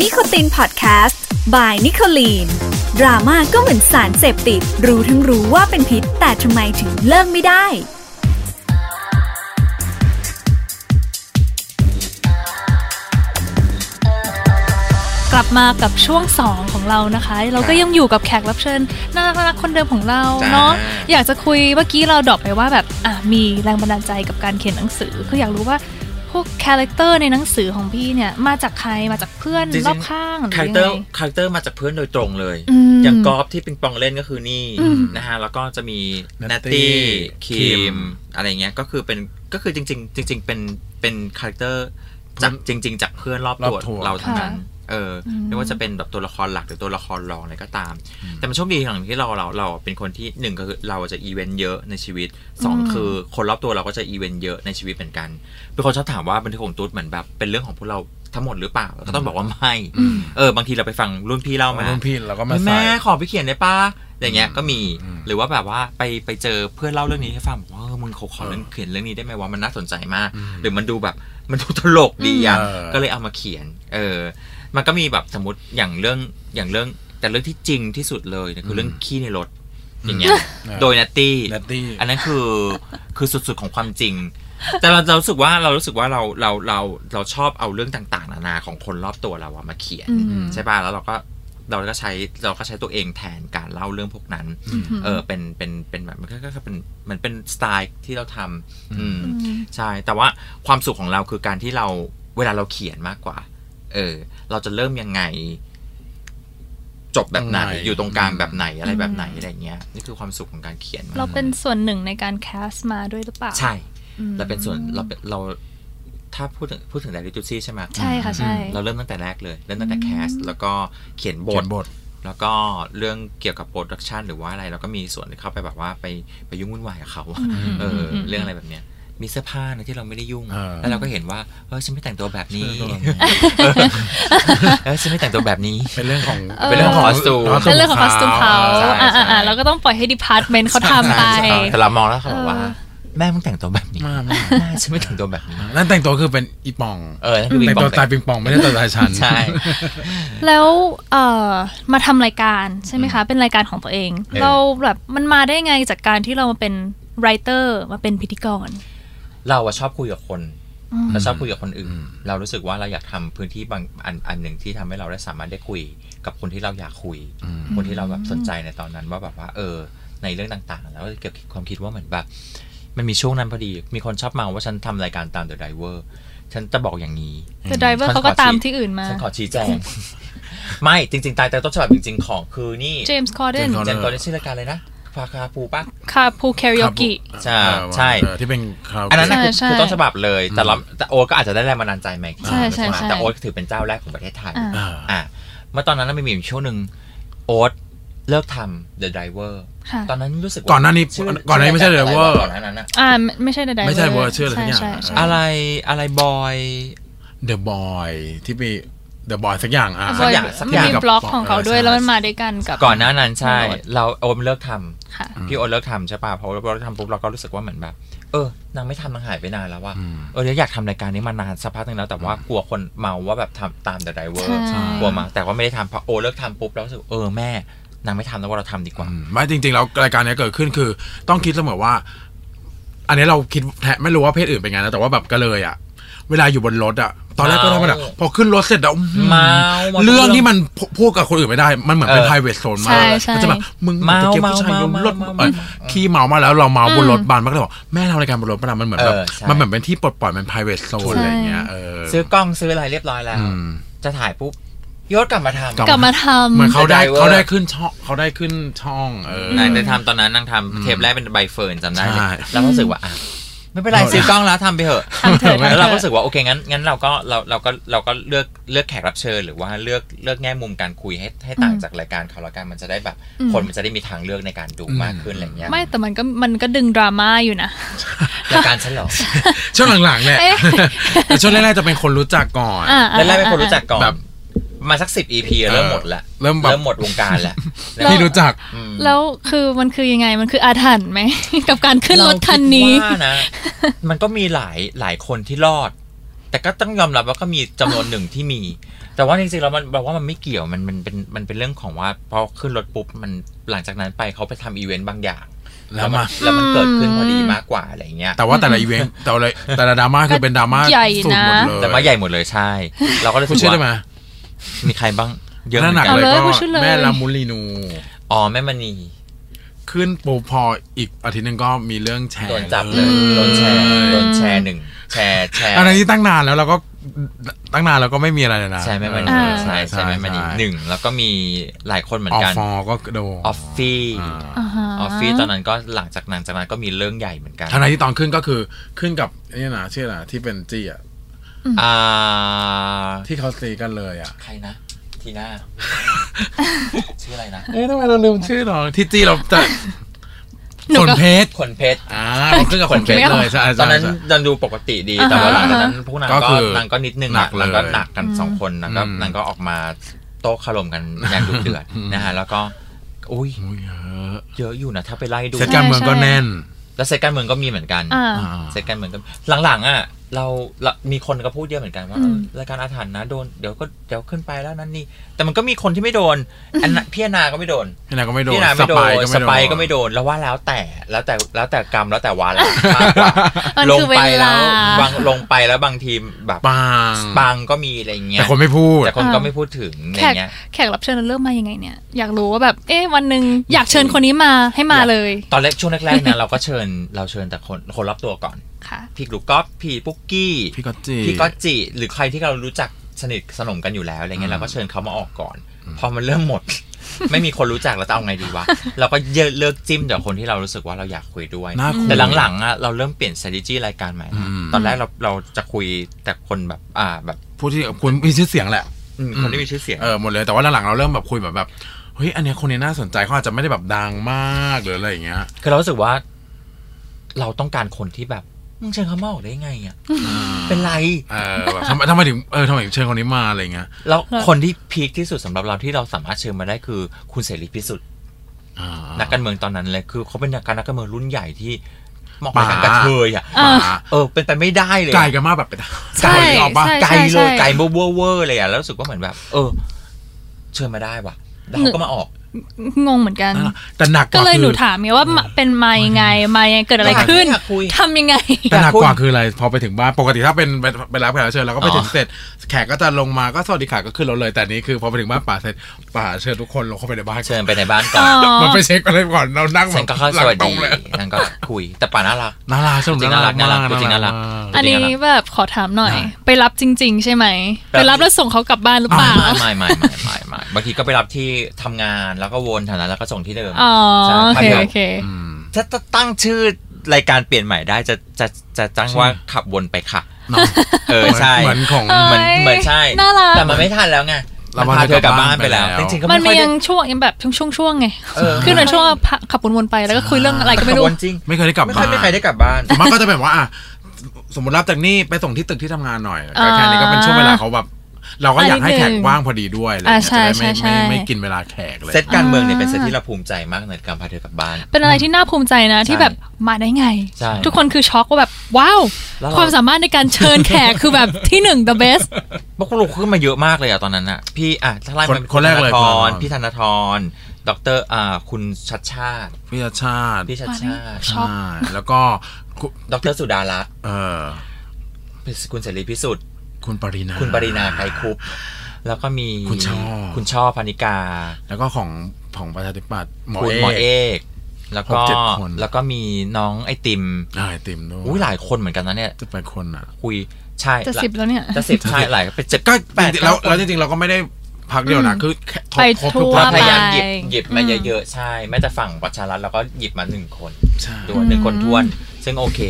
นิโคตินพอดแคสต์ by นิโคลีน ดราม่าก็เหมือนสารเสพติด รู้ทั้งรู้ว่าเป็นพิษ แต่ทำไมถึงเลิกไม่ได้ กลับมากับช่วง 2 ของเรานะคะ เราก็ยังอยู่กับแขกรับเชิญน่ารักๆคนเดิมของเรา จ้า เนาะอยากจะคุยเมื่อกี้เราดรอปไปว่าแบบอ่ะมีแรงบันดาลใจกับการเขียนหนังสือ คืออยากรู้ว่าพวกคาแรคเตอร์ในหนังสือของพี่เนี่ยมาจากใครมาจากเพื่อน จงๆ รอบข้างหรือ คายัแรค ง เตอ ไง ร์คาแรคเตอร์มาจากเพื่อนโดยตรงเลย อืม อย่างกอล์ฟที่ปิงปองเล่นก็คือนี่ อืม นะฮะแล้วก็จะมีนัต Natty ตี้คิม Kim อะไรเงี้ยก็คือเป็นก็คือจริง ๆ จริง ๆ เป็นเป็นคาแรคเตอร์จากจริง ๆ จากเพื่อนรอบตัว รอบตัว เราทั้งนั้น เอออ ม ไม่ว่าจะเป็นแบบตัวละครหลักหรือตัวละครรองอะไรก็ตาม แต่มันโชคดีอย่างที่เราเราเราเป็นคนที่หนึ่งก็คือเราจะอีเวนต์เยอะในชีวิตสอง อืม คือคนรอบตัวเราก็จะอีเวนต์เยอะในชีวิตเหมือนกันเป็นคนชอบถามว่าบันทึกของตุ๊ดเหมือนแบบเป็นเรื่องของพวกเราทั้งหมดหรือเปล่าแล้วก็ต้องบอกว่าไม่เออบางทีเราไปฟังรุ่นพี่เล่า เอามา มา รุ่นพี่เราก็มาใส่ แม่ขอไปเขียนได้ป้าอย่างเงี้ยก็มี อืม หรือว่าแบบว่าไปไปเจอเพื่อนเล่าเรื่องนี้ให้ฟังบอกว่าเออมึงเขาขอเรื่องเขียนเรื่องนี้ได้ไหมว่ามันน่าสนใจมาก อืม หรือมันดูแบบมันดูตลกดีอ่ะ อืมเออ ก็เลยเอามาเขียน เออ มันก็มีแบบสมมติอย่างเรื่องอย่างเรื่องแต่เรื่องที่จริงที่สุดเลยเนี่ยคือเรื่องขี้ในรถอย่างเงี้ยโดยนัตตี้ นัตตี้ อันนั้นคือคือสุดๆของความจริง แต่เราเรารู้สึกว่าเรารู้สึกว่าเราเราเราเราชอบเอาเรื่องต่างๆ นานาของคนรอบตัวเราอะมาเขียน อืม ใช่ป่ะแล้วเราก็เราก็ใช้เราก็ใช้ตัวเองแทนการเล่าเรื่องพวกนั้น เออเป็นเป็นเป็นแบบมันก็ก็เป็นเหมือนเป็นสไตล์ที่เราทำอืม ใช่ แต่ว่าความสุขของเราคือการที่เราเวลาเราเขียนมากกว่า เออ เราจะเริ่มยังไง จบแบบไหน ตรงไหน อยู่ตรงกลางแบบไหนอะไรแบบไหน อืม อะไรเงี้ย นี่คือความสุขของการเขียน เราเป็นส่วนหนึ่งในการแคสมาด้วยหรือเปล่า ใช่ อืม เราเป็นส่วนเราเป็นเรา ถ้าพูดถึงพูดถึงไดริจูซี่ใช่ไหม ใช่ค่ะใช่ เราเริ่มตั้งแต่แรกเลย เริ่มตั้งแต่แคส อืม แล้วก็เขียนบ เขี ท ยนบท แล้วก็เรื่องเกี่ยวกับโปรดักชันหรือว่าอะไรเราก็มีส่วนเข้าไปแบบว่าไปไปยุ่งวุ่นวายกับเขาอะ ม เออเรื่องอะไรแบบเนี้ยมีเสื้อผ้านะที่เราไม่ได้ยุ่ง เออ แล้วเราก็เห็นว่าเออฉันไม่แต่งตัวแบบนี้ ฉันไม่แต่งตัวแบบนี้ เออฉันไม่แต่งตัวแบบนี้ เป็นเรื่องของ เออเป็นเรื่องของ costume เป็นเรื่องของคอสตูมเขา ใช่ อ่า ใช่ อ่าเราก็ต้องปล่อยให้ดีพาร์ตเมนต์เขาทำไป ใช่แต่เรามองแล้วเขาบอกว่า เออ แม่มึงแต่งตัวแบบนี้ มากมาก แม่ฉันไม่แต่งตัวแบบนี้ นั่นแต่งตัวคือเป็นอีปอง เออนั่นคือ แต่งตัปิงปวอง ตายปิงปองไม่ได้ตัวตายฉัน ใช่ แล้วเอ่อมาทำรายการใช่ไหมคะ เป็นรายการของตัวเอง เออ เราแบบมันมาได้ไงจากการที่เรามาเป็นไรเตอร์มาเป็นพิธีกร เราอะชอบคุยกับคน อืม เราชอบคุยกับคนอื่น อืม เรารู้สึกว่าเราอยากทำพื้นที่บางอันอันหนึ่งที่ทำให้เราได้สามารถได้คุย กับคนที่เราอยากคุย อืม คนที่เราแบบสนใจในตอนนั้นว่าแบบว่า เออ ในเรื่องต่างๆ แล้วก็เกี่ยวกับความคิดว่าเหมือนแบบ มันมีช่วงนั้นพอดี มีคนชอบเมาว่าฉันทำรายการตามเดอะไดเวอร์ฉันจะบอกอย่างนี้ แต่ไดเวอร์ ฉันขอ เขาก็ตาม ชี้ ที่อื่นมา ฉันขอชี้แจง ไม่จริง ๆ ตายแต่ต้นฉบับจริง ๆ ของคือนี่ เจมส์คอร์เดน James Corden เจนก็ได้ชื่อรายการเลยนะพาคาปูปะ คาพูคาริโอกิ ใช่ ครับผม ใช่ เออที่เป็นคราว อันนั้นนะคือ ใช่ คือต้นฉบับเลย แต่เราแต่โอ๊ตก็อาจจะได้แรงบันดาลใจใหม่ ใช่ใช่ใช่ แต่โอ๊ตถือเป็นเจ้าแรกของประเทศไทย อ่า อ่า อ่ะเมื่อตอนนั้นมันมีอยู่ช่วงหนึ่งโอ๊ตเลิกทำ The Driver ค่ะ ตอนนั้นรู้สึกว่ ก่อนหน้านี้ ชื่ ก่อนหน้านี้ไม่ใช่ The ะร Driver ก่อนหน้านั้นอะ อ่าไม่ไม่ใช่ไดเวอร์ ไม่ใช่ Diver ชื่ออะไรสักอย่าง ใช่ใช่ อะไรอะไรบอย The Boy ที่มี The Boy สักอย่างอ่ะ The สั Boy กอย่างสัก มัน อย่าง มีบล็อกของเขาด้วยแล้วมันมาด้วยกันกับ ก่อนหน้านั้นใช่ โอ๊ต เราโอมเลิกท ค่ะ ำพี่โอมเลิกทำใช่ป่ะพอเราเลิกทำปุ๊บเราก็รู้สึกว่าเหมือนแบบ เออนางไม่ทำนางหายไปนานแล้วว่ะ อืม เออเดี๋ยวอยากทำรายการนี้มานานสักพักหนึงแล้วแต่ว่ากลัวคนเมาว่าแบบทำตาม The Driver ใช่ กลัวมาแต่ว่าไม่ได้ทำพอโอมเลิกทำปุ๊บเรารู้สึกเออแม่นางไม่ทำแล้วว่าเราทำดีกว่า อืมไม่จริงๆแล้วรายการเนี้ยเกิดขึ้นคือ ต้องคิดเสมอว่า อันนี้เราคิดแทะไม่รู้ว่าเพศอื่นเป็นไงนะแต่ว่าแบบก็เลยอ่ะ เวลาอยู่บนรถอ่ะ ตอนแรกก็ทำไมนอ่ะ เมา พอขึ้นรถเสร็จแล้วอื้อหือ เมาเมา เรื่องที่มันพูพูดกับคนอื่นไม่ได้ มันเหมือนเป็น เออ private zone ใช่ มาก ใช่ มันจะแบบมึง เมา ตะเกียบผู้ชาย เมา บนรถ เมาเมา เออขี้เมามาแล้วเราเมาบนรถบานมันก็เลยบอกแม่ทำรายการบนรถปะล่ะมันเหมือนแบบ เออใช่ มันเหมือนเป็นที่ปลดปล่อยมัน private zone อะไรอย่างเงี้ยเออ ซื้อกล้องซื้ออะไรเรียบร้อยแล้ว ม จะถ่ายปุ๊บยศกลับมาทำ กลับมาท เหมือนเขาได้ Survivor เขาได้ขึ้นช่องเขาได้ขึ้นช่องเออ นางได้ทำตอนนั้นนางทำเทปแรกเป็นใบเฟิร์นจำได้เลย ใช่ แล้วก็รู้สึกว่าอ่ะไม่เป็นไร เอาละ ซื้อกล้องแล้วทำไปเถอะ ำทำเถอะ แล้วเราก็ทำถรู้อะ สึกว่าโอเคงั้นงั้นเราก็เราเราก็เราก็เลือกเลือกแขกรับเชิญหรือว่าเลือกเลือกแง่มุมการคุยให้ให้ต่าง อืม จากรายการเขาและกันมันจะได้แบบ อืม คนมันจะได้มีทางเลือกในการดูมากขึ้นอะไรอย่างเงี้ย ไม่แต่มันก็มันก็ดึงดราม่าอยู่นะ รายการฉันเหรอ ช่วงหลังๆแหละ เอ๊ะ แต่ช่วงแรกๆจะเป็นคนรู้จักก่อน อ่าอ่า แล้วแรกเป็นคนรู้จักก่อน แบบ มาสักสิบ EP เริ่มหมดละ เริ่มแบบ เริ่มหมดวงการละ แล้ว ที่รู้จัก อืม แล้วคือมันคือยังไงมันคืออาถรรพ์ไหม กับการขึ้นรถคันนี้ เราดว่านะ มันก็มีหลายหลายคนที่รอด แต่ก็ต้องยอมรับว่าก็มีจำนวนหนึ่งที่มี แต่ว่าจริงๆแล้วมันแบอกว่ามันไม่เกี่ยวมันมันเป็นมันเป็นเรื่องของว่าพอขึ้นรถปุ๊บมันหลังจากนั้นไปเขาไปทำอีเวนต์บางอย่าง แล้วมา แล้วมันเกิดขึ้นพอดีมากกว่าอะไรอย่างเงี้ย แต่ว่าแต่ละอีเวนต์แต่ละแต่ละดราม่าคือเป็นดราม่า ใหญ่นะ สุดหมดเลย แต่มาใหญ่หมดเลยใช่ เราก็เลย คุณเชื่อได้ไหม มีใครบ้างเยอะ ห เหมื น้า อ หนัก นกัน เลย เอาเลยคุก็ณเชื่อเลย แม่ลามูลีนู อ๋อแม่มณี ขึ้นปูพออีกอาทิตย์หนึงก็มีเรื่องแชร์ โดนจับเลยโดนแชร์โดนแชร์หนึ่งแชร์แชร์ อันนี้ตั้งนานแล้วเราก็ตั้งนานแล้วก็ไม่มีอะไรเลยนะ แชร์แม่มณี อ่า ใช่แชร์แม่มณีหนึ่งแล้วก็มีหลายคนเหมือ อนอฟ กัน ฟอก็โดน ออฟฟี่ อ่า อาฮะ ออฟฟี่ตอนนั้นก็หลังจากนั้นจากนั้นก็มีเรื่องใหญ่เหมือนกัน ทนายที่ตอนขึ้นก็คือขึ้นกับนี่นะชื่ออะไรนะที่เป็นจี้อ่ะ อ่า ที่เขาตีกันเลยอ่ะ ใครนะ ทีน่า ชื่ออะไรนะ เอ๊ะทำไมเราลืมชื่อหรอที่จี้เราจะ หนู ข ก็ นเพชร ขนเพชร อ่าเราขึ้นกับขนเพชรเลยใช่ ตอนนั้น ใช่ ดันดูปกติดี อ่าฮะ แต่ว่าหลังจากนั้นพวกนาง ก็ ก็ คือน างก็นิดนึง หนั อะ กเลย นางก็หนักกันสองคนนางก็ อืม นางก็ออกมาโต้คารมกันอย่างดุเดือดนะฮะแล้วก็อุ้ย โอ้ยเยอะ เยอะอยู่นะถ้าไปไล่ดู เซตการเมืองก็แน่น แล้วเซตการเมืองก็มีเหมือนกัน อ่า อ่า เซตการเมืองก็หลังๆอ่ะเราเรามีคนก็พูดเยอะเหมือนกันว่า อืม เออรายการอาถรรพ์นะโดนเดี๋ยวก็เดี๋ยวขึ้นไปแล้วนั่นนี่แต่มันก็มีคนที่ไม่โดนอันน่ะพี่แอนนาก็ไม่โดน พี่นาก็ไม่โดน พี่นาไม่โดนส ส ไป ปาย ร์ก็ ก็ ไม่ ไม่โดน โดนแล้วว่าแล้วแต่แล้วแต่แล้วแต่กรรมแล้วแต่วาระมากกว่า มัน ลง คือ ไปแล้ว เวลา บางลงไปแล้วบางทีมแบบ ปัง ปังก็มีอะไรเงี้ แต่ ย คนไม่พูด แต่คนก็ไม่พูดถึงอะไร แขก เงี้ย แขกรับเชิญเราเริ่มมายังไงเนี่ย อยากรู้ว่าแบบเอ๊ะวันหนึ่งอยากเชิญคนนี้มาให้มาเลย ตอนแรกช่วงแรกๆนะ เราก็เชิญเราเชิญแต่คนคนรอบตัวก่อน ค่ะ พี่ลูกก๊อฟพี่ปุ๊กกี้ พี่ก็จี พี่ก๊อตจิหรือใครที่เรารู้จักสนิทสนมกันอยู่แล้วอะไรเงี้ยเราก็เชิญเขามาออกก่อน พอมันเริ่มหมด ไม่มีคนรู้จักแล้วจะเอาไงดีวะ เราก็เยอะเลิกจิ้มแต่คนที่เรารู้สึกว่าเราอยากคุยด้วย น่าคุย แต่หลังๆอ่ะเราเริ่มเปลี่ยน strategy รายการใหม่นะ อืม ตอนแรกเราเราจะคุยแต่คนแบบอ่าแบบ พูดที่คุณมีชื่อเสียงแหละ อืมคนที่มีชื่อเสียง เออหมดเลยแต่ว่าหลังๆเราเริ่มแบบคุยแบบแบบเฮ้ยอันเนี้ยคนนี้น่าสนใจเขาอาจจะไม่ได้แบบดังมากหรืออะไรอย่างเงี้ย คือเรารู้สึกว่า เราต้องการคนที่แบบมึงเชิญเขามาออกได้ไงอ่ะเป็นไร เออแบบทำไมทำไมถึงเออทำไมถึงเชิญคนนี้มาอะไรอย่างเงี้ย แล้วคนที่พีคที่สุดสำหรับเราที่เราสามารถเชิญมาได้คือคุณเสรีพิสุทธิ์ อ่า นักการเมืองตอนนั้นเลยคือเขาเป็นนักการนักการเมืองรุ่นใหญ่ที่เหมาะ ป๋า กับการกระเทยอ่ะ หมา เออเป็นไปไม่ได้เลย ไก่ อะ กันมากแบบเป็น ใช่ ไก่ออกปะ ใช่ ไกลเลย ใช่ ไกลเวอร์เวอร์เวอร์เลยอ่ะแล้วรู้สึกว่าเหมือนแบบ เออ เชิญมาได้ว่ะแล้วเขาก็มาออก งงเหมือนกัน นั่นแหละแต่หนักก ก็ ว่า เลยห คื นู อ ถามไงว่ามาเป็นมายังไงมายังไงเกิดอะไรขึ้น อยากคุย ทำยังไง แต่หนักกว่าคืออะไรพอไปถึงบ้านปกติถ้าเป็นไปไปรับแขกรับเชิญเราก็ไปถึงเสร็จแขกก็จะลงมาก็สวัสดีค่ะก็ขึ้นรถเลยแต่อันนี้คือพอไปถึงบ้านป่าเสร็จป่าเชิญทุกคนลงเข้าไปในบ้าน เชิญไปในบ้านก่อน อ๋อ มันไปเช็คอะไรก่อนเรานั่งแบ ฉัน บ ก็เข้าสหลัง วัส ตร ดี งเลย นั่นก็คุย แต่ป่าน่ารัก น่ารักชม จริงๆน่ารักน่ารัก ม จริงๆน่ารัก อันนี้แบบขอถามหน่อย ไปรับจริง ๆ ใช่ไหมไปรับแล้วส่งเขากลับบ้านหรือเปล่า ไม่ไม่ไม่ไม่ไม่ไม่บางทีก็ไปรับที่ทำงานแล้วก็วนแถวนั้นแล้วก็ส่งที่เดิม อ๋อ ใช่ โอเคโอถ้าเค อืม ถ้าถ้าตั้งชื่อรายการเปลี่ยนใหม่ได้จะจะจะจะตั้งว่าขับวนไปค่ะ เนาะ เออใช่ เหมือนของ เอ เหมือน เย เหมือนใช่ น่ารัก แต่มันไม่ทันแล้วไง เรา มันพาเธอกลับบ้านไปแล้ว ไปแล้ว จริงๆก็ มันมีไม่ค่อย ยั ได้ งช่วงยังแบบช่วงๆไง เออ คือในช่วงพักขับวนๆไปแล้วก็คุยเรื่องอะไรก็ไม่รู้ วนจริง ไม่เคยได้กลับ ไม่ บ้า ค่อย น ไม่ใครได้กลับบ้าน มันก็จะแบบว่าอ่ะสมมติรับจากนี่ไปส่งที่ตึกที่ทำงานหน่อย อ่า แค่นี้ก็เป็นช่วงเวลาเขาแบบ เราก็อยากให้ อ่านิ แข ดนึ ก ง ว่างพอดีด้วยอะไรเงี้ย อ่าใช่ จะได้ไม่ ใช่ ไม่ ใช่ ไม่กินเวลาแขกเลย เซตการเมืองเนี่ยเป็นเซตที่เราภูมิใจมากในการพาเธอกลับบ้าน เป็นอะไรที่น่าภูมิใจนะที่แบบมาได้ไง ใช่ ทุกคนคือช็อกว่าแบบว้าว แล้วเรา ความสามารถในการเชิญแขก คือแบบที่หนึ่ง the best พวกลูกขึ้นมาเยอะมากเลยอะตอนนั้นอะพี่อะถ้าไล่ ค มาน เป็น คนแรกเลย ธนาธร คนแรก พี่ธนาธรดอกเตอรอ่าคุณชัดชาติ พิชชาติ พี่ชัดชาติ ช็อก ใช่แล้วก็คุณ ดอกเตอรสุดารัตน์ เออ คุณเสรีพิสุทธิ์ คุณปรินา คุณปรินาไกรคุปแล้วก็มี คุณช่อ คุณช่อพานิกา แล้วก็ของของประชาธิปัตย์หมอ คุณ เอ หมอก เอก แล้วก็ หกเจ็ดคน แล้วก็มีน้องไอติม อ่าไอติมด้วย อุ้ยหลายคนเหมือนกันนะเนี่ย จะไปคนอ่ะ คุยใช่ จะสิบแล้วเนี่ย จะสิบใช่หลายเป็นเจ็ด ก็ แปด จริงๆแล้วแล้วจริงๆเราก็ไม่ได้พักเดียวนะคือแค่ครบ ไป ครบ ทั่ ทุก ว ภา เรา ค พยายาม ไป หยิบหยิบมา อืม เยอะๆใช่แม้แต่ฝั่งประชารัฐเราก็หยิบมาหนึ่งคน ใช่ ตัวหนึ่งคนท้วน ซึ่งโอเค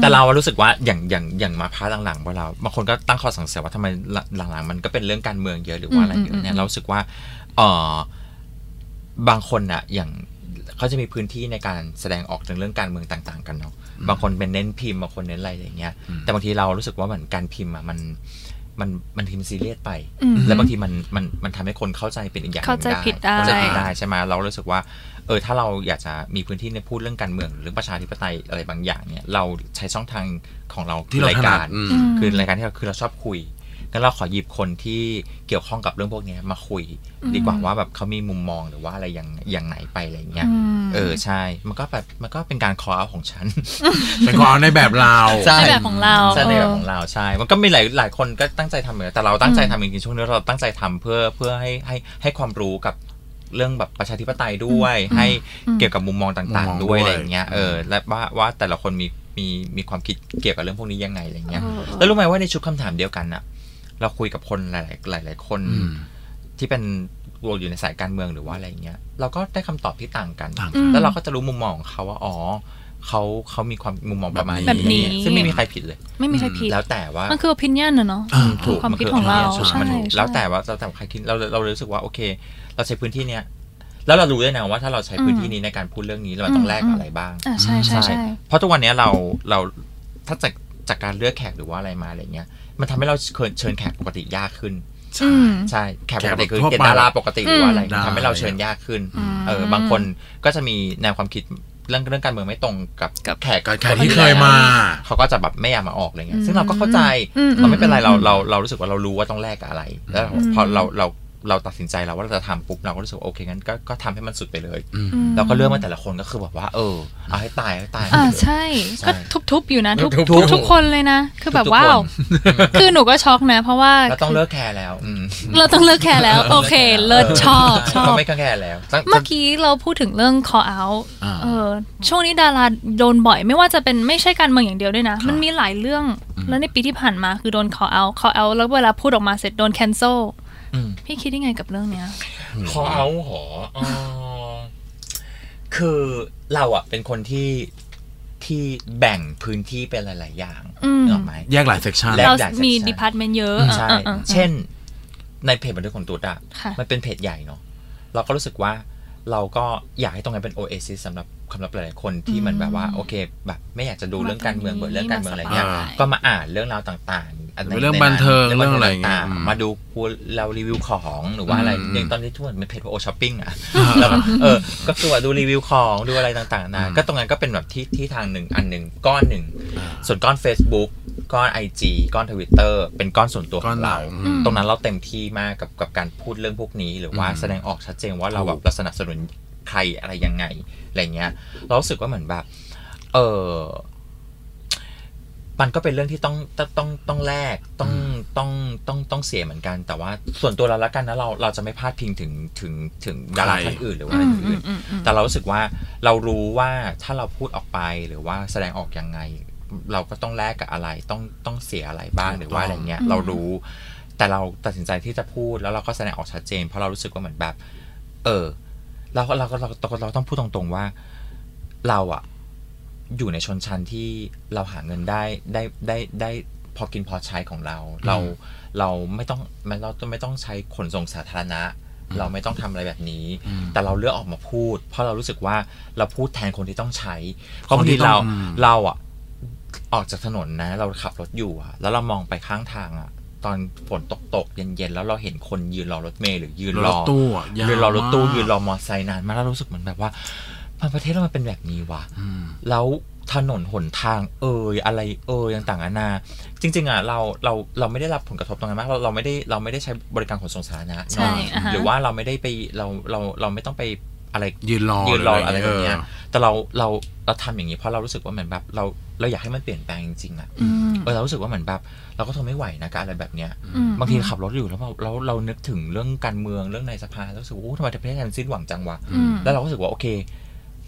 แต่เรารู้สึกว่าอย่างอย่างอย่างมาพาร์ทหลังๆพวกเราบางคนก็ตั้งข้อสังเกตว่าทำไมหลังๆ มันก็เป็นเรื่องการเมืองเยอะหรือว่าอะไรเยอะเนี่ยเรารู้สึกว่าเออบางคนอะอย่างเขาจะมีพื้นที่ในการแสดงออกถึงเรื่องการเมืองต่าง ๆ กันเนาะบางคนเป็นเน้นพิมพ์บางคนเน้นอะไรอย่างเงี้ย แต่บางทีเรารู้สึกว่าเหมือนการพิมพ์อะมัน มันมันทีมนซีเรียสไป อืม แล้วบางทีมันมันมันทำให้คนเข้าใจเป็นอีกอย่างหนึ่ง เข้าใจผิดได้ เข้าใจผิดได้ใช่ไหมเรารู้สึกว่าเออถ้าเราอยากจะมีพื้นที่ในพูดเรื่องการเมืองหรือเรื่องประชาธิปไตยอะไรบางอย่างเนี่ยเราใช้ช่องทางของเรา ที่เรา ย ถนั กา ด ร อืม ม คือรายการที่เราคือเราชอบคุยงั้นเราขอหยิบคนที่เกี่ยวข้องกับเรื่องพวกเนี้ยมาคุย ดีกว่าว่าแบบเขามีมุมมองหรือว่าอะไรอย่างอย่างไหนไปอะไรอย่างเงี้ย ม เออใช่ มันก็แบบมันก็เป็นการคอเอาของฉัน เป็นความในแบบเรา ใช่ ในแบบของเรา ใช่ เออ ในแบบของเราใช่ มันก็มีหลายหลายคนก็ตั้งใจทำเหมือนกันแต่เราตั้งใจทำจริงๆช่วงนี้เราตั้งใจทำเพื่อเพื่อให้ให้ให้ความรู้กับเรื่องแบบประชาธิปไตยด้วย ให้เกี่ยวกับมุมมองต่าง มุมมอง ๆ ด้วย ด้วย อะไรอย่างเงี้ยเออและว่าว่าแต่ละคนมีมีมีความคิดเกี่ยวกับเรื่องพวกนี้ยังไงอะไรอย่างเงี้ย เออเออ แล้วรู้ไหมว่าในชุดคำถามเดียวกันน่ะ เราคุยกับคนหลายๆหลาย ๆ คน อืม ที่เป็นวงอยู่ในสายการเมืองหรือว่าอะไรอย่างเงี้ย เราก็ได้คำตอบที่ต่างกัน ต่างกัน อืม แล้วเราก็จะรู้มุมมองของเขาว่า อ๋อเขาเขามีความมุมมองประมาณ แบบนี้ อะไรเงี้ยซึ่งไม่มีใครผิดเลย ไม่มีใครผิด แล้วแต่ว่า มันคือ opinion นะเนาะ อ่า ถู ถูก ก ความ น คิดของเรา ใช่ ใช่ มันถูก ใช่ แล้วแต่ว่าเราแต่ว่าใครคิดเราเราเรารู้สึกว่าโอเค เราใช้พื้นที่เนี้ยแล้วเรารู้ด้วยนะว่าถ้าเราใช้พื้นที่นี้ในการพูดเรื่องนี้เราต้องแลกกับอะไรบ้าง อ่าใช่ใช่ใช่ เพราะทุกวันเนี้ยเราเราถ้าจากจากการเลือกแขกหรือว่าอะไรมาอะไรเงี้ย มันทำให้เราเชิญเชิญแขกปกติยากขึ้น อืม ใช่แขกปกติคือ แขกทั่ว เกณฑ์ไปดาราปกติหรือว่าอะไร อืม ทำให้เราเชิญยากขึ้น อืม เออบางคนก็จะมีแนวความคิดเรื่องเรื่องการเมืองไม่ตรงกับ กับ แขก กับแขกที่เคยมา เขาก็จะแบบไม่อยากมาออกอะไรเงี้ยซึ่ง อืม เราก็เข้าใจ อืม เราไม่เป็นไร อืม เราเราเรารู้สึกว่าเรารู้ว่าต้องแลกกับอะไร แล้วเรา อืม พอเราเราเราตัดสินใจแล้วว่าเราจะทำปุ๊บเราก็รู้สึกว่าโอเคงั้นก็ก็ทำให้มันสุดไปเลย อืม ม เราก็เลือกมาแต่ละคนก็คือแบบว่าเออเอาให้ตายเอาให้ตาย อ่า ไปเลย ใช่ ใช่ ก็ทุบๆอยู่นะ ทุบ ทุบๆ ทุกคนเลยนะ คือแบบ ทุกๆ ว้าว คน คือหนูก็ช็อกนะ เพราะว่า เราต้องเลิกแคร์แล้วอืม เราต้องเลิกแคร์แล้ว โอเค เลิศชอบช ใเรา อบ ก็ไม่ก็แคร์แล้วตั้ง เมื่อกี้เราพูดถึงเรื่อง call out อ่า เออช่วงนี้ดาราโดนบ่อยไม่ว่าจะเป็นไม่ใช่การเมืองอย่างเดียวด้วยนะ มันมีหลายเรื่องแล้วในปีที่ผ่านมาคือโดน call out call out แล้วเวลาพูดออกมาเสร็จโดน cancel อืม พี่คิดยังไงกับเรื่องเนี้ย ขอเอาหรอเอ่อคือเราอะเป็นคนที่ที่แบ่งพื้นที่เป็นหลาย ๆ อย่าง อืม นึกออกไหม แยกหลายเซกชัน และ เรา อยากจะ มี ใช้ department เยอะ ใช่ อ่ะอ่ะอ่ะ เช่น ในเพจบันทึกของตูดอะ ค่ะ มันเป็นเพจใหญ่เนาะเราก็รู้สึกว่า เราก็อยากให้ตรงนั้นเป็นโอเอซิสสำหรับสำหรับหลาย ๆ คนที่มันแบบว่าโอเค แบบไม่อยากจะดูเรื่องการเมืองเบื่อเรื่องการเมืองอะไรเงี้ย อ่า ก็มาอ่านเรื่องราวต่างๆอันไห เรื่อง ใ บันเทิงเรื่องอะไร ต่าง เงี้ยอืม ๆมาดูพูดเรารีวิวของหรือว่าอะไร อืม อย่างตอนนี้ทุกคนเป็นเพจโอช้อปปิ้งอ่ะแล้วก็เออ ก็ตัวดูรีวิวของดูอะไรต่างๆนะ อืม ก็ตรงนั้นก็เป็นแบบที่ที่ทางหนึ่งอันหนึ่งก้อนหนึ่ง ส่วนก้อน Facebook ก้อน IG ก้อน Twitter เป็นก้อนส่วนตัวข ก้อ อนงเราเราอืม ตรงนั้นเราเต็มที่มากกับกับการพูดเรื่องพวกนี้ หรือว่า อืม แสดงออกชัดเจนว่าเราแบบเราสนับสนุนใครอะไรยังไงอะไรเงี้ย เรารู้สึกว่าเหมือนแบบ เออ มันก็เป็นเรื่องที่ต้องต้องต้องต้องแลกต้องต้องต้องต้องเสียเหมือนกัน แต่ว่าส่วนตัวเราละกันนะเราเราจะไม่พลาดพิงถึงถึงถึงดารา ใคร ท่านอื่นหรือว่า อื อะไร มอื อื่ ม น อืมอืม แต่เรารู้สึกว่าเรารู้ว่าถ้าเราพูดออกไปหรือว่าแสดงออกยังไง เราก็ต้องแลกกับอะไร ต้องต้องเสียอะไรบ้างหรือว่าอะไรเงี้ย อืม เรารู้ แต่เราตัดสินใจที่จะพูดแล้วเราก็แสดงออกชัดเจน เพราะเรารู้สึกว่าเหมือนแบบ เออ เราก็เราก็เราก็เราต้องพูดตรงๆว่า เราอะอยู่ในชนชั้นที่เราหาเงินได้ได้ได้ได้พอกินพอใช้ของเรา เราเราไม่ต้องมันเราไม่ต้องใช้ขนส่งสาธารณะ เราไม่ต้องทำอะไรแบบนี้ อืม แต่เราเลือกออกมาพูด เพราะเรารู้สึกว่าเราพูดแทนคนที่ต้องใช้เพ คน ราะบาง ที่ ที ต้อง เรา อืม เราอะออกจากถนนนะ เราขับรถอยู่อะแล้วเรามองไปข้างทางอะตอนฝนตกตกๆเย็นๆแล้วเราเห็นคนยืนรอรถเมล์หรือยืน ร ร ถ อ ตู้อะยาว ยืนรอรถตู้ มาก ยืนรอมอไซค์นานมากแล้วรู้สึกเหมือนแบบว่ามันประเทศเรามันเป็นแบบนี้วะ อืม แล้วถนนหนทางเอ่ยอะไรเอ่ยต่างๆนานาจริง ๆอ่ะเราเราเราไม่ได้รับผลกระทบตรงนั้นมากเราเราไม่ได้เราไม่ได้ใช้บริการขนส่งสาธารณะ ใช่ เนาะ อ่าฮะ หรือว่าเราไม่ได้ไปเราเราเราไม่ต้องไปอะไร ยืนรอ ยืนรออะไร ห แบบเนี้ย เออ แต่เราเราเราทำอย่างนี้เพราะเรารู้สึกว่าเหมือนแบบเราเราอยากให้มันเปลี่ยนแปลงจริงๆอ่ะ อืม เออเรารู้สึกว่าเหมือนแบบเราก็ทนไม่ไหวนะกับอะไรแบบเนี้ย อืม บางทีขับรถอยู่แล้วเราเราเรานึกถึงเรื่องการเมืองเรื่องในสภาแล้วรู้สึกว่าโอ้ทำไมประเทศไทยมันสิ้นหวังจังวะ อืม แล้วเราก็รู้สึกว่าโอเค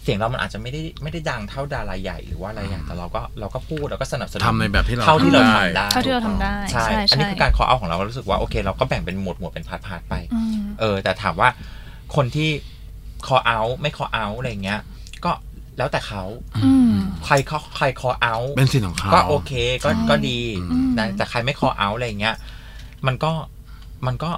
เสียงเรามันอาจจะไม่ได้ไม่ได้ดังเท่าดาราใหญ่หรือว่าอะไรอย่างแต่เราก็เราก็พูดเราก็สนับสนุน ทำในแบบที่เรา เท่าที่เรา ทำทำได้ได้ เท่าที่เราทำได้ ใช่ ใช่ อันนี้ ใช่ คือการขอเอาของเราเรารู้สึกว่าโอเค เราก็แบ่งเป็นหมวดหมวดเป็นพาร์ทพาร์ทไป อืม เออแต่ถามว่าคนที่คอเอาไม่คอเอาอะไรอย่างเงี้ย ก็แล้วแต่เขา อืม ใครเขาใครคอเอา เป็นสิทธิ์ของเขา ก็โอเคก็ก็ดี อืม นะแต่ใครไม่คอเอาอะไรอย่างเงี้ยมันก็มันก็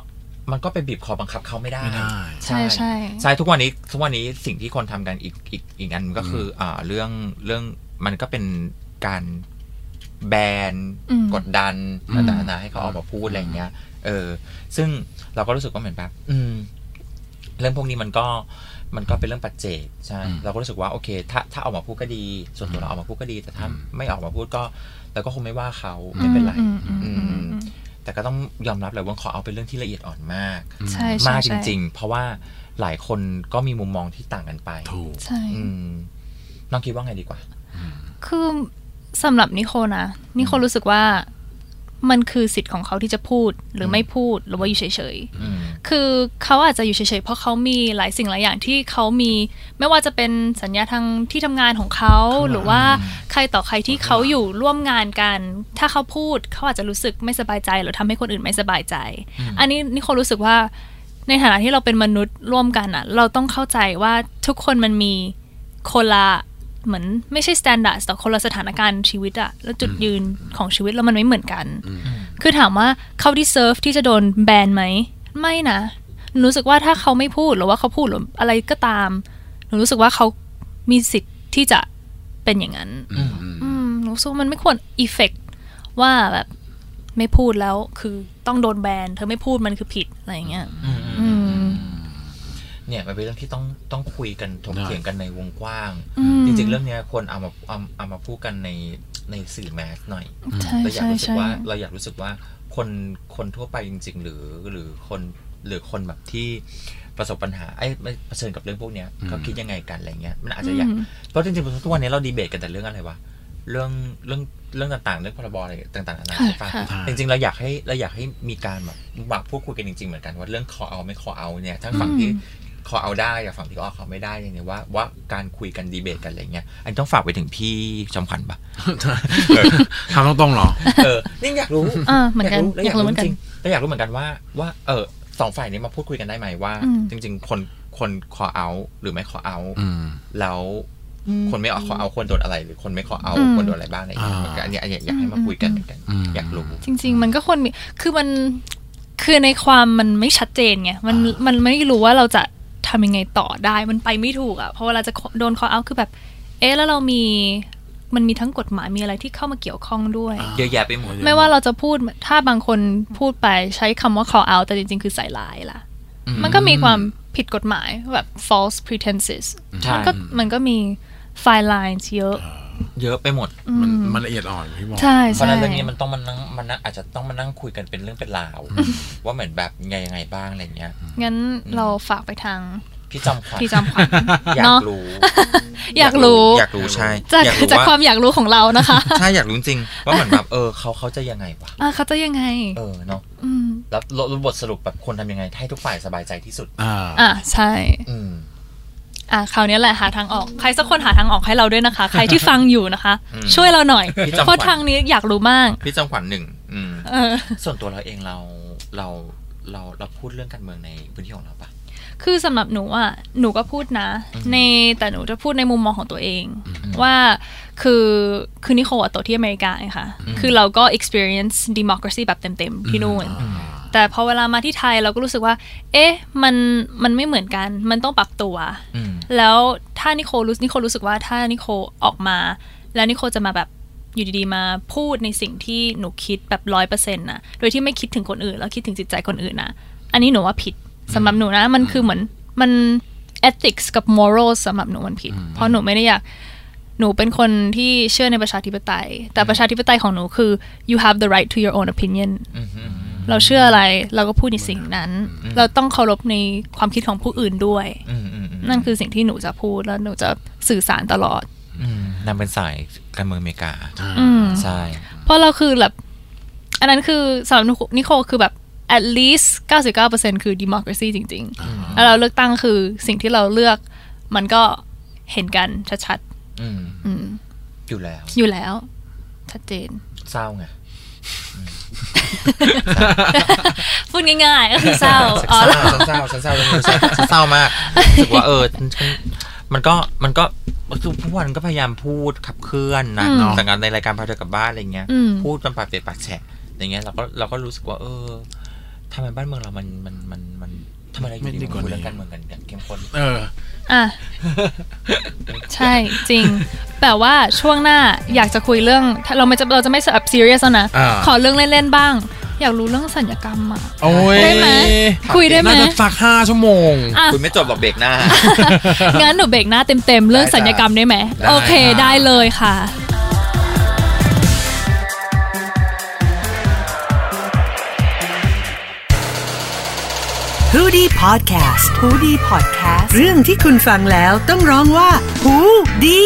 มันก็ไปบีบคอบังคับเขาไม่ได้ ไม่ได้ ใช่ใช่ ใช่ทุกวันนี้ทุกวันนี้สิ่งที่คนทำกันอีกอีกอีกอันก็คืออ่าเรื่องเรื่องมันก็เป็นการ แบน อืม กดดัน อืม ต่างๆให้เขาออกมาพูดอะไรอย่างเงี้ย เออ ซึ่งเราก็รู้สึกว่าเหมือนแบบอืม เรื่องพวกนี้มันก็มันก็เป็นเรื่องปัจเจกใช่ อืม เราก็รู้สึกว่าโอเค ถ้าถ้าออกมาพูดก็ดี ส่วนตัวเราออกมาพูดก็ดี แต่ถ้า อืม ไม่ออกมาพูดก็เราก็คงไม่ว่าเขาไม่เป็นไร อืมอืม อื อืม ม แต่ก็ต้องยอมรับแหละว่าขอเอาเป็นเรื่องที่ละเอียดอ่อนมาก ใช่ มา ใช่ กจ ใช่ ริง ๆ เพราะว่าหลายคนก็มีมุมมองที่ต่างกันไป ถูก ใช่ อืมน้องคิดว่าไงดีกว่า คือสำหรับนิโคนะนิโครู้สึกว่ามันคือสิทธิ์ของเขาที่จะพูดหรือไม่พูดหรือว่าอยู่เฉยๆ อืม คือเขาอาจจะอยู่เฉยๆ เพราะเขามีหลายสิ่งหลายอย่างที่เขามีไม่ว่าจะเป็นสัญญาทางที่ทำงานของเขาหรือว่าใครต่อใครที่เขาอยู่ร่วมงานกัน ถ้าเขาพูดเขาอาจจะรู้สึกไม่สบายใจหรือทำให้คนอื่นไม่สบายใจ อันนี้นิโคลรู้สึกว่าในฐานะที่เราเป็นมนุษย์ร่วมกันอ่ะ เราต้องเข้าใจว่าทุกคนมันมีคนละเหมือนไม่ใช่สแตนดาร์ดแต่คนละสถานการณ์ชีวิตอะแล้วจุดยืนของชีวิตแล้วมันไม่เหมือนกัน คือถามว่าเขาดีเซิร์ฟที่จะโดนแบนไหม ไม่นะหนูรู้สึกว่าถ้าเขาไม่พูดหรือว่าเขาพูดหรืออะไรก็ตามหนูรู้สึกว่าเขามีสิทธิ์ที่จะเป็นอย่างนั้น อืมหนูรู้สึกว่ามันไม่ควรอีเฟกว่าแบบไม่พูดแล้วคือต้องโดนแบน เธอไม่พูดมันคือผิดอะไรอย่างเงี้ย อืม เนี่ยมันเป็นเรื่องที่ต้องต้องคุยกันถก ได้ เถียงกันในวงกว้าง อืม จริงๆ เรื่องเนี้ยควรเอามาเอาเอามาพูดกันในในสื่อแมสหน่อย ใช่ เราอยาก ใช่ รู้สึก ใช่ ว่าเราอยากรู้สึกว่าคนคนทั่วไปจริง ๆ หรือหรือคนหรือคนแบบที่ประสบปัญหาไอ้ยไม่เผชิญกับเรื่องพวกเนี้ยเขาคิดยังไงกันอะไรเงี้ยมันอาจจะอยาก ม เพราะจริงๆทุกวันนี้เราดีเบตกันแต่เรื่องอะไรวะเรื่องเรื่องเรื่องต่างๆ เรื่องพรบอะไรต่างๆนานา ค่ะ ใช่ปะ ค่ะ จริงๆ เราอยากให้เราอยากให้มีการแบบมาพูดคุยกันจริง ๆ เหมือนกันว่าเรื่องขอเอาไม่ขอเอาเนี่ยทั้งฝั่งที่ ขอเอาได้กับฝั่งที่ขอเขาไม่ได้อย่างเนี้ยว่าว่าการคุยกันดีเบตกันอะไรเงี้ยอันนต้องฝากไปถึงพี่จอมขวัญปะ เออ ทำตรงๆเหรอ เออนี่อยากรู้ อ่าเหมือนกัน อยากอยากรู้รู้เหมือนกัน จริงๆแล้วอยากรู้เหมือนกันว่าว่าเออสองฝ่ายนี้มาพูดคุยกันได้ไหมว่า อืม จริง ๆ คนคนขอเอาหรือไม่ขอเอา อืม แล้วคนไม่เอาขอเอาควรโดนอะไร หรือคนไม่ขอเอา อืม ควรโดนอะไรบ้างอะไรเงี้ย อ่า เหมือนกันอันเนี้ยอันเนี้ยอยากให้มาคุยกันเหมือนกัน อืม อยากรู้ จริง ๆ มันก็ควรมี คือมัน คือในความมันไม่ชัดเจนไง มัน อ่ามั มันไม่รู้ว่าเราจะทำยังไงต่อได้ มันไปไม่ถูกอะ่ะ เพราะเวลาจะโดน call out คือแบบ เอ๊ะ แล้วเรามี มันมีทั้งกฎหมาย มีอะไรที่เข้ามาเกี่ยวข้องด้วย เยอะแยะไปหมด ไม่ว่าเราจะพูด ถ้าบางคนพูดไปใช้คำว่า call out แต่จริง ๆ คือใส่ร้ายล่ะ มันก็มีความผิดกฎหมายแบบ false pretenses ใช่ มันก็ มันก็มี fine lines เยอะ เยอะไปหมด อืม มันมันละเอียดอ่อนพี่บอก ใช่ เพ ใช่ ราะฉะนั้นเรื่องนี้มันต้องมานั่งมันนั่งอาจจะต้องมานั่งคุยกันเป็นเรื่องเป็นราวว่าเหมือนแบบยังไงยังไงบ้างอะไรเงี้ย งั้นเราฝากไปทาง พี่จอมขวัญ พี่จอมขวัญ อยา เน ก อะ รู้ อยากรู้ อยากรู้ใช่ จาก อยากรู้ จาก ว่า ความอยากรู้ของเรานะคะ ใช่อยากรู้จริงๆว่าเหมือนแบบเออเขาเขาจะยังไงวะ อ่ะเขาจะยังไง เออเนาะ อืม แล้วแล้วแล้วบทสรุปแบบควรทำยังไงให้ทุกฝ่ายสบายใจที่สุด อ่า อ่ะใช่ อืม อ่ะคราวนี้แหละหาทางออก ใครสักคนหาทางออกให้เราด้วยนะคะ ใครที่ฟังอยู่นะคะ อืม ช่วยเราหน่อย พี่จอมขวัญ เพราะทางนี้อยากรู้มาก พี่จอมขวัญหนึ่งอืม เออ ส่วนตัวเราเองเราเราเราเราพูดเรื่องการเมืองในพื้นที่ของเราปะ คือสำหรับหนูอ่ะหนูก็พูดนะ อืม ในแต่หนูจะพูดในมุมมองของตัวเอง อืม ว่าคือคือนิโคลอะโตที่อเมริกาไงค่ะ อืม คือเราก็ experience democracy แบบเต็มๆที่นู่น อืม แต่พอเวลามาที่ไทยเราก็รู้สึกว่า เอ๊ะ มัน มันไม่เหมือนกัน มันต้องปรับตัว อืม แล้วถ้านิโคลรู้นิโคลรู้สึกว่าถ้านิโคลออกมา แล้วนิโคลจะมาแบบอยู่ดีๆมาพูดในสิ่งที่หนูคิดแบบร้อยเปอร์เซ็นต์นะโดยที่ไม่คิดถึงคนอื่น แล้วคิดถึงจิตใจคนอื่นนะอันนี้หนูว่าผิดสำหรับหนูนะ มันคือเหมือนมัน ethics กับ morals สำหรับหนูมันผิด เพราะหนูไม่ได้อยาก หนูเป็นคนที่เชื่อในประชาธิปไตย แต่ประชาธิปไตยของหนูคือ you have the right to your own opinion อืมอืม เราเชื่ออะไรเราก็พูดในสิ่งนั้น เราต้องเคารพในความคิดของผู้อื่นด้วย อืมอืมอืม นั่นคือสิ่งที่หนูจะพูดแล้วหนูจะสื่อสารตลอด มนำเป็นสายการเมืองอเมริกา อืม ใช่ เพราะเราคือแบบ อันนั้นคือสำหรับนิโคลคือแบบ at least 99%คือ democracy จริงๆ แล้วเราเลือกตั้งคือสิ่งที่เราเลือก มันก็เห็นกันชัด อืม ๆอืม อยู่แล้ว อยู่แล้ว ชัดเจน เศร้าไง พูดง่ายๆ ก็คือเศร้าอ๋อ เศร้าเศร้าเศร้าเรื่องนี้เศร้าเศร้ามากรู้สึกว่าเออฉันมันก็มันก็ทุกวันก็พยายามพูดขับเคลื่อนนะ อืม แต่งานในรายการพาเธอกลับบ้านอะไรเงี้ย อืม พูดมันปากเปียกปากแฉะอย่างเงี้ยเราก็เราก็รู้สึกว่า เออทำไมบ้านเมืองเรามันมันมันมันท เมื่อไหรอ ไม่ ยู่ ดี ดี ก ก ว่า ว่า นี้ เรื่องการเมืองกันกันเข้มข้น เออ อ่ะ ใช่จริง แต่ว่าช่วงหน้าอยากจะคุยเรื่อง เราไม่จะเราจะไม่สับซีเรียสแล้วนะ อ่า ขอเรื่องเล่นๆบ้าง อยากรู้เรื่องสัญญกรรมอ่ะ โอ้ย ได้ไหมคุยได้ไหม น่าจะสักห้าชั่วโมง อ่ะ คุณไม่จบหรอกเบรกหน้า งั้นหนูเบรกหน้าเต็มๆ เรื่องสัญญกรรมได้ไหม ได้ โอเค ครับ ได้เลยค่ะ h o ดี้พอดแคสต์ฮูดี้พอดแคสต์เรื่องที่คุณฟังแล้วต้องร้องว่าฮูดี